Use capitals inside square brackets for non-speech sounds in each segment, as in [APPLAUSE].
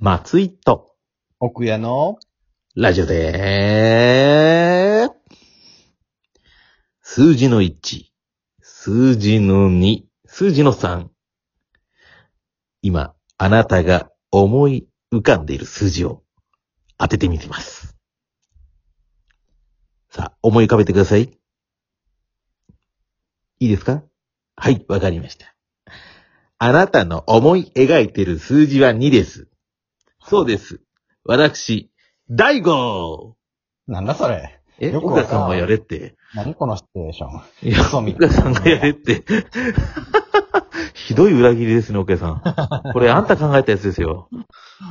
松井と、奥屋の、ラジオでー、数字の1、数字の2、数字の3。今、あなたが思い浮かんでいる数字を当ててみてます。さあ、思い浮かべてください。いいですかはい、わかりました。あなたの思い描いている数字は2です。そうです。私、大悟なんだそれ。え、よくわ奥かん田さんもやれって。何このシチュエーション。いや、嘘み奥田さんがやれって。ひどい裏切りですね、奥田さん。これあんた考えたやつですよ。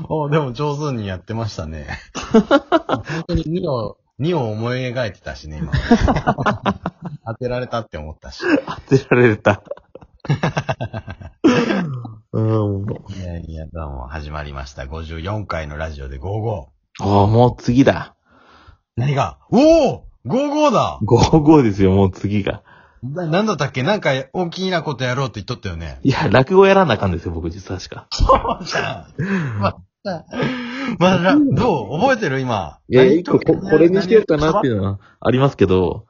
おでも上手にやってましたね。本当に2を、2を思い描いてたし [LAUGHS] ね、今。当てられたって思ったし。い当てられた。 [LAUGHS] うん。やいや、どうも、始まりました。54回のラジオで55。ああ、もう次だ。何がおお !55 だ55ですよ、もう次が。な、なんだったっけなんか大きなことやろうって言っとったよ [LAUGHS] ね。いや、落語やらなあかんですよ、僕実は確か。そうじゃんまた、まだ、どう覚えてる今。いや、一個こ、これにしようかなっていうのはありますけど、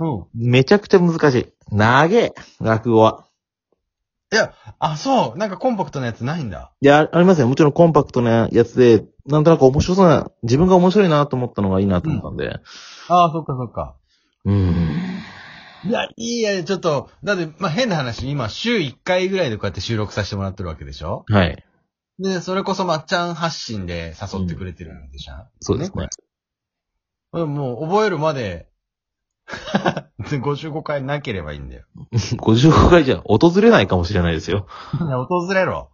うん。めちゃくちゃ難しい。長え、落語は。あ、そう。なんかコンパクトなやつないんだ。いや、ありますよ。もちろんコンパクトなやつで、なんとなく面白そうな、自分が面白いなと思ったのがいいなと思ったんで。ああ、そっかそっか。うん。いや、いいや、ちょっと、だって、まあ、変な話、今、週1回ぐらいでこうやって収録させてもらってるわけでしょはい。で、それこそまっちゃん発信で誘ってくれてるんでしょ、そう [LAUGHS] ですね。これもう、覚えるまで、 [LAUGHS] で55回なければいいんだよ。 55回じゃ訪れないかもしれないですよ。いや訪れろ。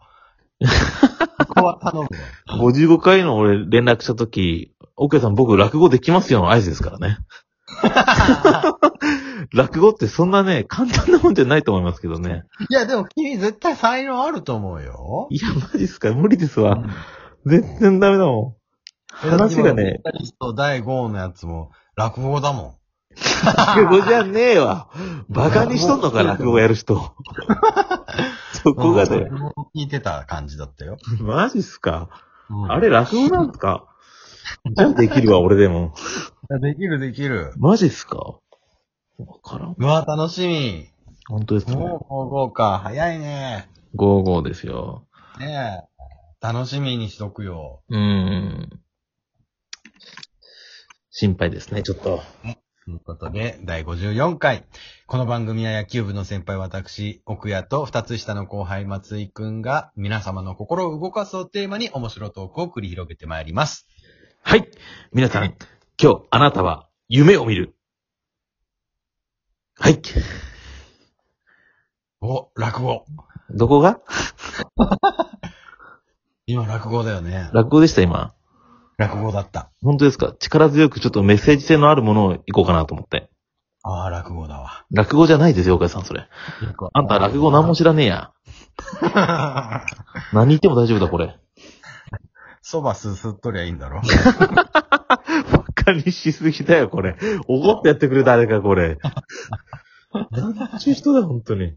ここは頼むよ。 55回の俺連絡したとき、奥さん僕落語できますよの合図ですからね。 [LAUGHS] 落語ってそんなね、簡単なもんじゃないと思いますけどね。いや、でも君絶対才能あると思うよ。いや、マジっすか無理ですうわ。ん全然ダメだもん。話がね、リスト第5のやつも、落語だも落語じゃねえわ。バカにしとんのか、落語やる [LAUGHS] 人。そん。こがねね、聞いてた感じだったよ。マジっすかあれれ落語なんすかじゃあできるわ、俺でも。できるできる。マジっすかわからん。うわ、楽しみ。本当ですね。もう55か。早いね。 55ですよ。ねえ。楽しみにしとくよ。うーん。心配ですね、ちょっと。ということで、第54回。この番組は野球部の先輩私、奥谷と二つ下の後輩松井くんが皆様の心を動かすをテーマに面白トークを繰り広げてまいります。はい。皆さん、今日あなたは夢を見る。はい。お、落語。どこが今落語だよね。落語でした、今。落語だった。本当ですか力強くちょっとメッセージ性のあるものをいこうかなと思って。ああ、落語だわ。落語じゃないですよ、岡井さん、それ。あんた落語何も知らねえや。何言っても大丈夫だ、これ。 [LAUGHS] そばすすっとりゃいいんだろバカにしすぎだよ、これ。怒ってやってくれ、誰か、こ [LAUGHS] れ。なんちゅう人だ、本当に。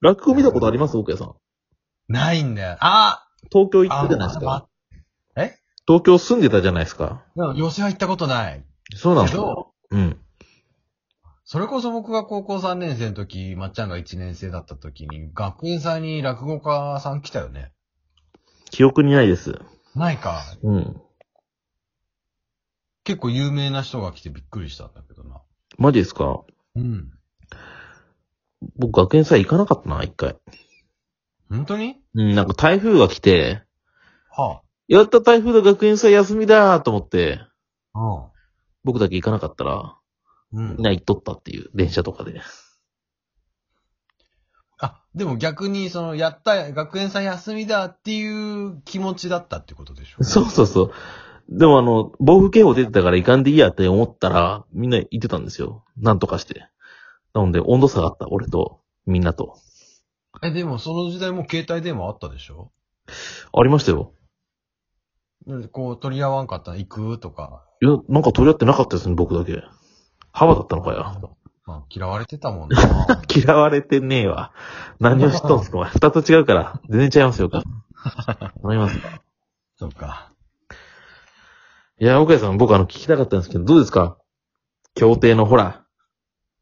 落語見たことあります奥屋さん。ないんだよ。あ東京ー行ってたじゃないですか。あえ東京住んでたじゃないですか。でも寄せは行ったことない。そうなんでけすよ。ど、うん。それこそ僕が高校3年生の時、まっちゃんが1年生だった時に、学園祭に落語家さん来たよね。記憶にないです。ないか。うん。結構有名な人が来てびっくりしたんだけどな。マジですかうん。僕、学園祭行かなかったな、一回。本当にうん、なんか台風が来て、はやった台風だ、学園祭休みだーと思って、あ。うん。僕だけ行かなかったら、うんみんな行っとったっていう、電車とかで。あ、でも逆に、その、やった、学園祭休みだっていう気持ちだったってことでしょ [LAUGHS] そうそうそう。でもあの、暴風警報出てたから行かんでいいやって思ったら、みんな行ってたんですよ。なんとかして。なので、温度差があった、俺と、みんなと。え、でもその時代もう携帯電話あったでしょありましたよ。でこう、取り合わんかったら行くとか。いや、なんか取り合ってなかったですね、僕だけ。幅だったのかよ。まあ、嫌われてたもんな。 [LAUGHS] 嫌われてねえわ。何をしとんすか、お前。二つ違うから。全然違いますよ、か。頼みます。そうか。いや、岡井さん、僕あの、聞きたかったんですけど、どうですか協定のほら。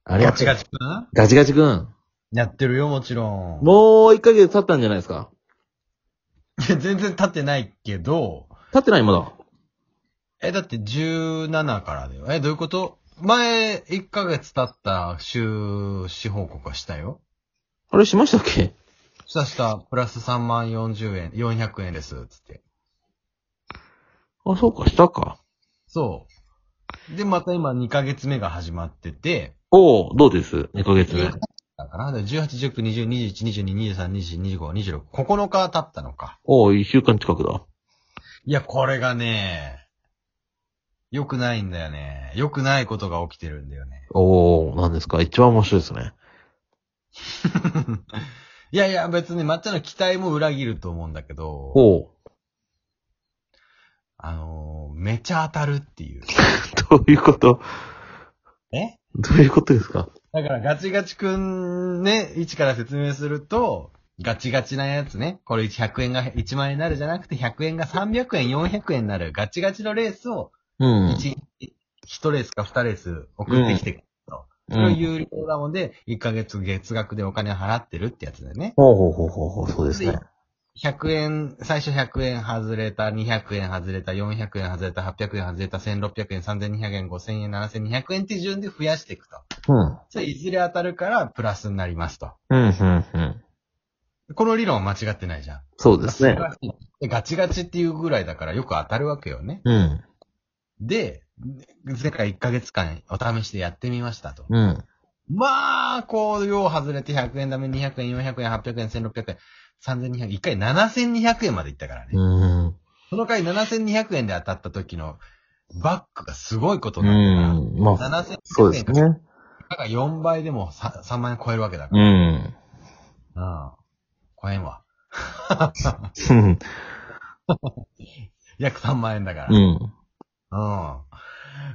あれガチガチ君ガチガチくん。やってるよ、もちろん。もう1ヶ月経ったんじゃないですかいや [LAUGHS] 全然経ってないけど、経ってないまだ。え、だって17からだよ。え、どういうこと前、1ヶ月経った収支報告はしたよ。あれしましたっけしたした、プラス3万40円、400円です、つって。あ、そうか、したか。そう。で、また今2ヶ月目が始まってて、おおどうです ?2 ヶ月目。だから、で18、19、20、21、22、23、24、25、26、9日経ったのか。おお1週間近くだ。いや、これがね、良くないんだよね。良くないことが起きてるんだよね。おおなんですか一番面白いですね。 [LAUGHS] いやいや、別に抹茶の期待も裏切ると思うんだけど、おおあのー、めちゃ当たるっていう。どういうことえどういうことですかだからガチガチくんね、一から説明すると、ガチガチなやつね。これ100円が1万円になるじゃなくて、100円が300円、400円になる。ガチガチのレースを、うん。 1、1レースか2レース送ってきてくれと。うんそれを有料だもんで、1ヶ月月額でお金を払ってるってやつだよね。ほうほうほうほうほう、そうですね。 100円、最初100円外れた、200円外れた、400円外れた、800円外れた、1600円、3200円、5000円、7200円っていう順で増やしていくと。うん。それいずれ当たるからプラスになりますと。うん、うん、うん。この理論は間違ってないじゃん。そうですね。でガチガチっていうぐらいだからよく当たるわけよね。うん。で、前回1ヶ月間お試しでやってみましたと。うん。まあ、こう、よう外れて100円ダメ、200円、400円、800円、1600円、3200円、1回7200円までいったからね。うん。その回7200円で当たった時のバックがすごいことうになるん。まかあ、ら、そう7200です円かね。だから4倍でも 3, 万円超えるわけだかうん。ら。うん。超えんわ。うん。約3万円だかうら。うん。ん。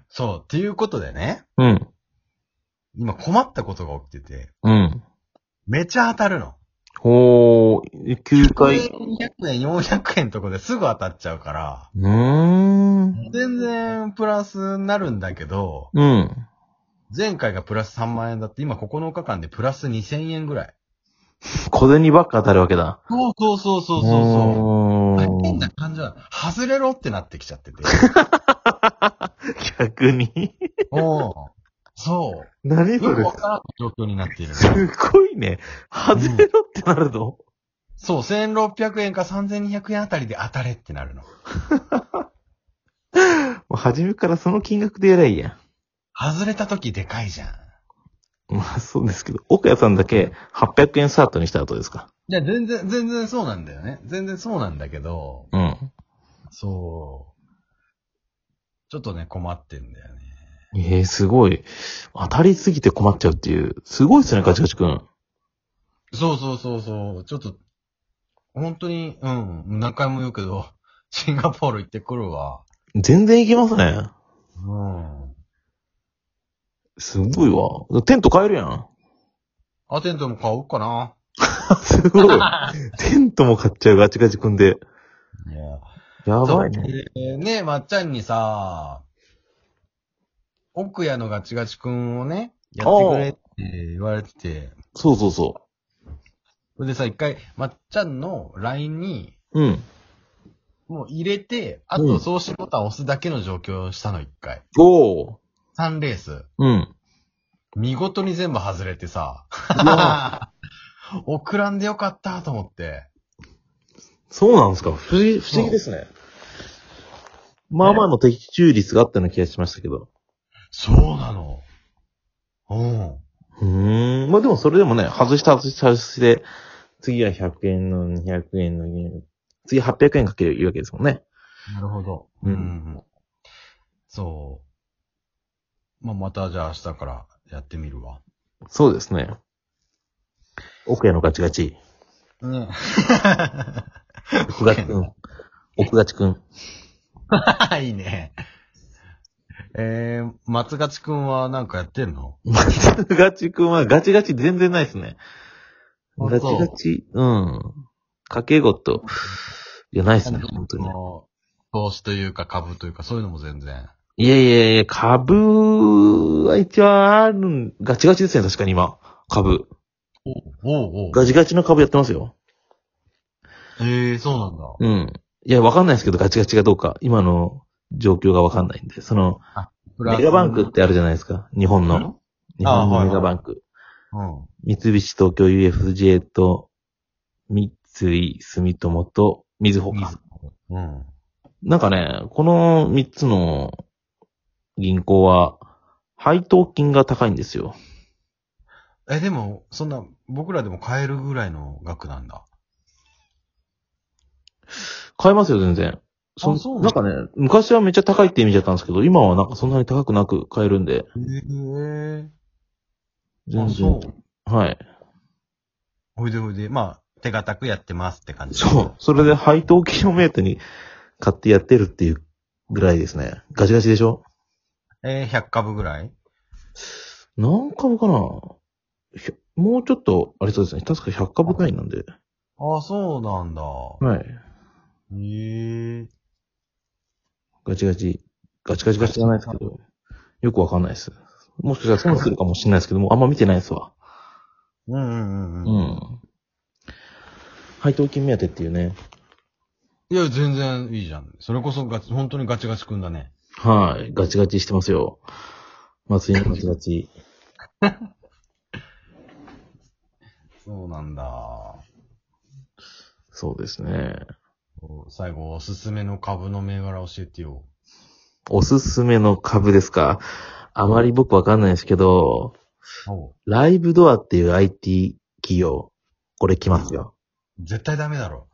そう。っていうことでね、うん。今困ったことが起きてて、うん。めちゃ当たるの。ほー、9回。 200円、400円とこですぐ当たっちゃうから、うーん。全然プラスになるんだけど、うん。前回がプラス3万円だって、今9日間でプラス2000円ぐらい。小銭ばっか当たるわけだ。そうそうそうそうそうそう。そ変な感じだ。外れろってなってきちゃって [LAUGHS] て。逆に。おお。そ何う。そよくれわからない状況になっている。すごいね。外れろってなるの、そう、1600円か3200円あたりで当たれってなるの。もう初めからその金額でやりゃいいや外れた時でかいじゃん。ん。まあそうですけど、岡谷さんだけ800円スタートにした後ですか。いや、全然、全然そうなんだよね。全然そうなんだけど、うん。そう。ちょっとね、困ってんだよね。ええすごい。当たりすぎて困っちゃうっていう。すごいですね、ガチガチ君。そうそうそうそう。ちょっと、本当に、うん、何回も言うけど、シンガポール行ってくるわ。全然いけますね。うん。すごいわ。テント買えるやん。アテントも買おうかな。すごい。 [LAUGHS] テントも買っちゃうガチガチ君で。いや、やばいそうね。でねえ、まっちゃんにさ、奥屋のガチガチくんをね、やってくれって言われてて、そうそうそそれでさ、一回、まっちゃんの LINE に、う。うん。もう入れて、あうんと送信ボタンを押すだけの状況をしたの、一回。おお。 3レース。うん。見事に全部外れてさ、いや [LAUGHS] 送らんでよかったと思って。そうなんですか。不思議、不思議ですね。まあまあの的中率があったような気がしましたけど。そうなの。うん。うーん。まあでもそれでもね、外して外して外して、次は100円の200円の200次800円かけるいうわけですもんね。なるほど。うんん。そう。まあ、またじゃあ明日からやってみるわ。そうですね。奥へのガチガチ。ね奥ガチくん。 [LAUGHS] 奥ガチくん。 [LAUGHS] いいね。えー、松勝くんはなんかやってんのガチくんはガチガチ全然ないですね。あガチガチ、うん。掛け事。いや、ないですね、本当に。あの投資というか株というか、そういうのも全然。いやいやいや、株は一応あるん、ガチガチですね、確かに今。株。おおうおうガチガチの株やってますよ。ええそうなんだ。うん。いや、わかんないですけど、ガチガチがどうか。今の状況がわかんないんで。その、メガバンクってあるじゃないですか。日本の。日本のメガバンク。うん。三菱東京 UFJ と、三井住友と、水穂か。うん。なんかね、この三つの銀行は、配当金が高いんですよ。え、でも、そんな、僕らでも買えるぐらいの額なんだ。買えますよ、全然。そんあそうななんんかだね、昔はめっちゃ高いって意味だったんですけど、今はなんかそんなに高くなく買えるんで、ええ全あ、そ然。う。はい。ほいでほいで、まあ、手堅くやってますって感じ。そう。それで配当金を目当てに買ってやってるっていうぐらいですね。ガチガチでしょえー、100株ぐらい何株かなひょもうちょっと、ありそうですね。確か100株単位なんで。あ、そうなんだ。はい。ええガチガチ。ガチガチガチじゃないですけど。よくわかんないです。もしかしたら損するかもしれないですけど、もうあんま見てないですわ。うんうんうんううん。ん。配当金目当てっていうね。いや、全然いいじゃん。それこそガチ、本当にガチガチくんだね。はい。ガチガチしてますよ。松井のガチガチ。そうなんだ。そうですね。最後、おすすめの株の銘柄教えてよ。おすすめの株ですかあまり僕わかんないですけど、おライブドアっていう IT 企業、これ来ますよ。絶対ダメだろ。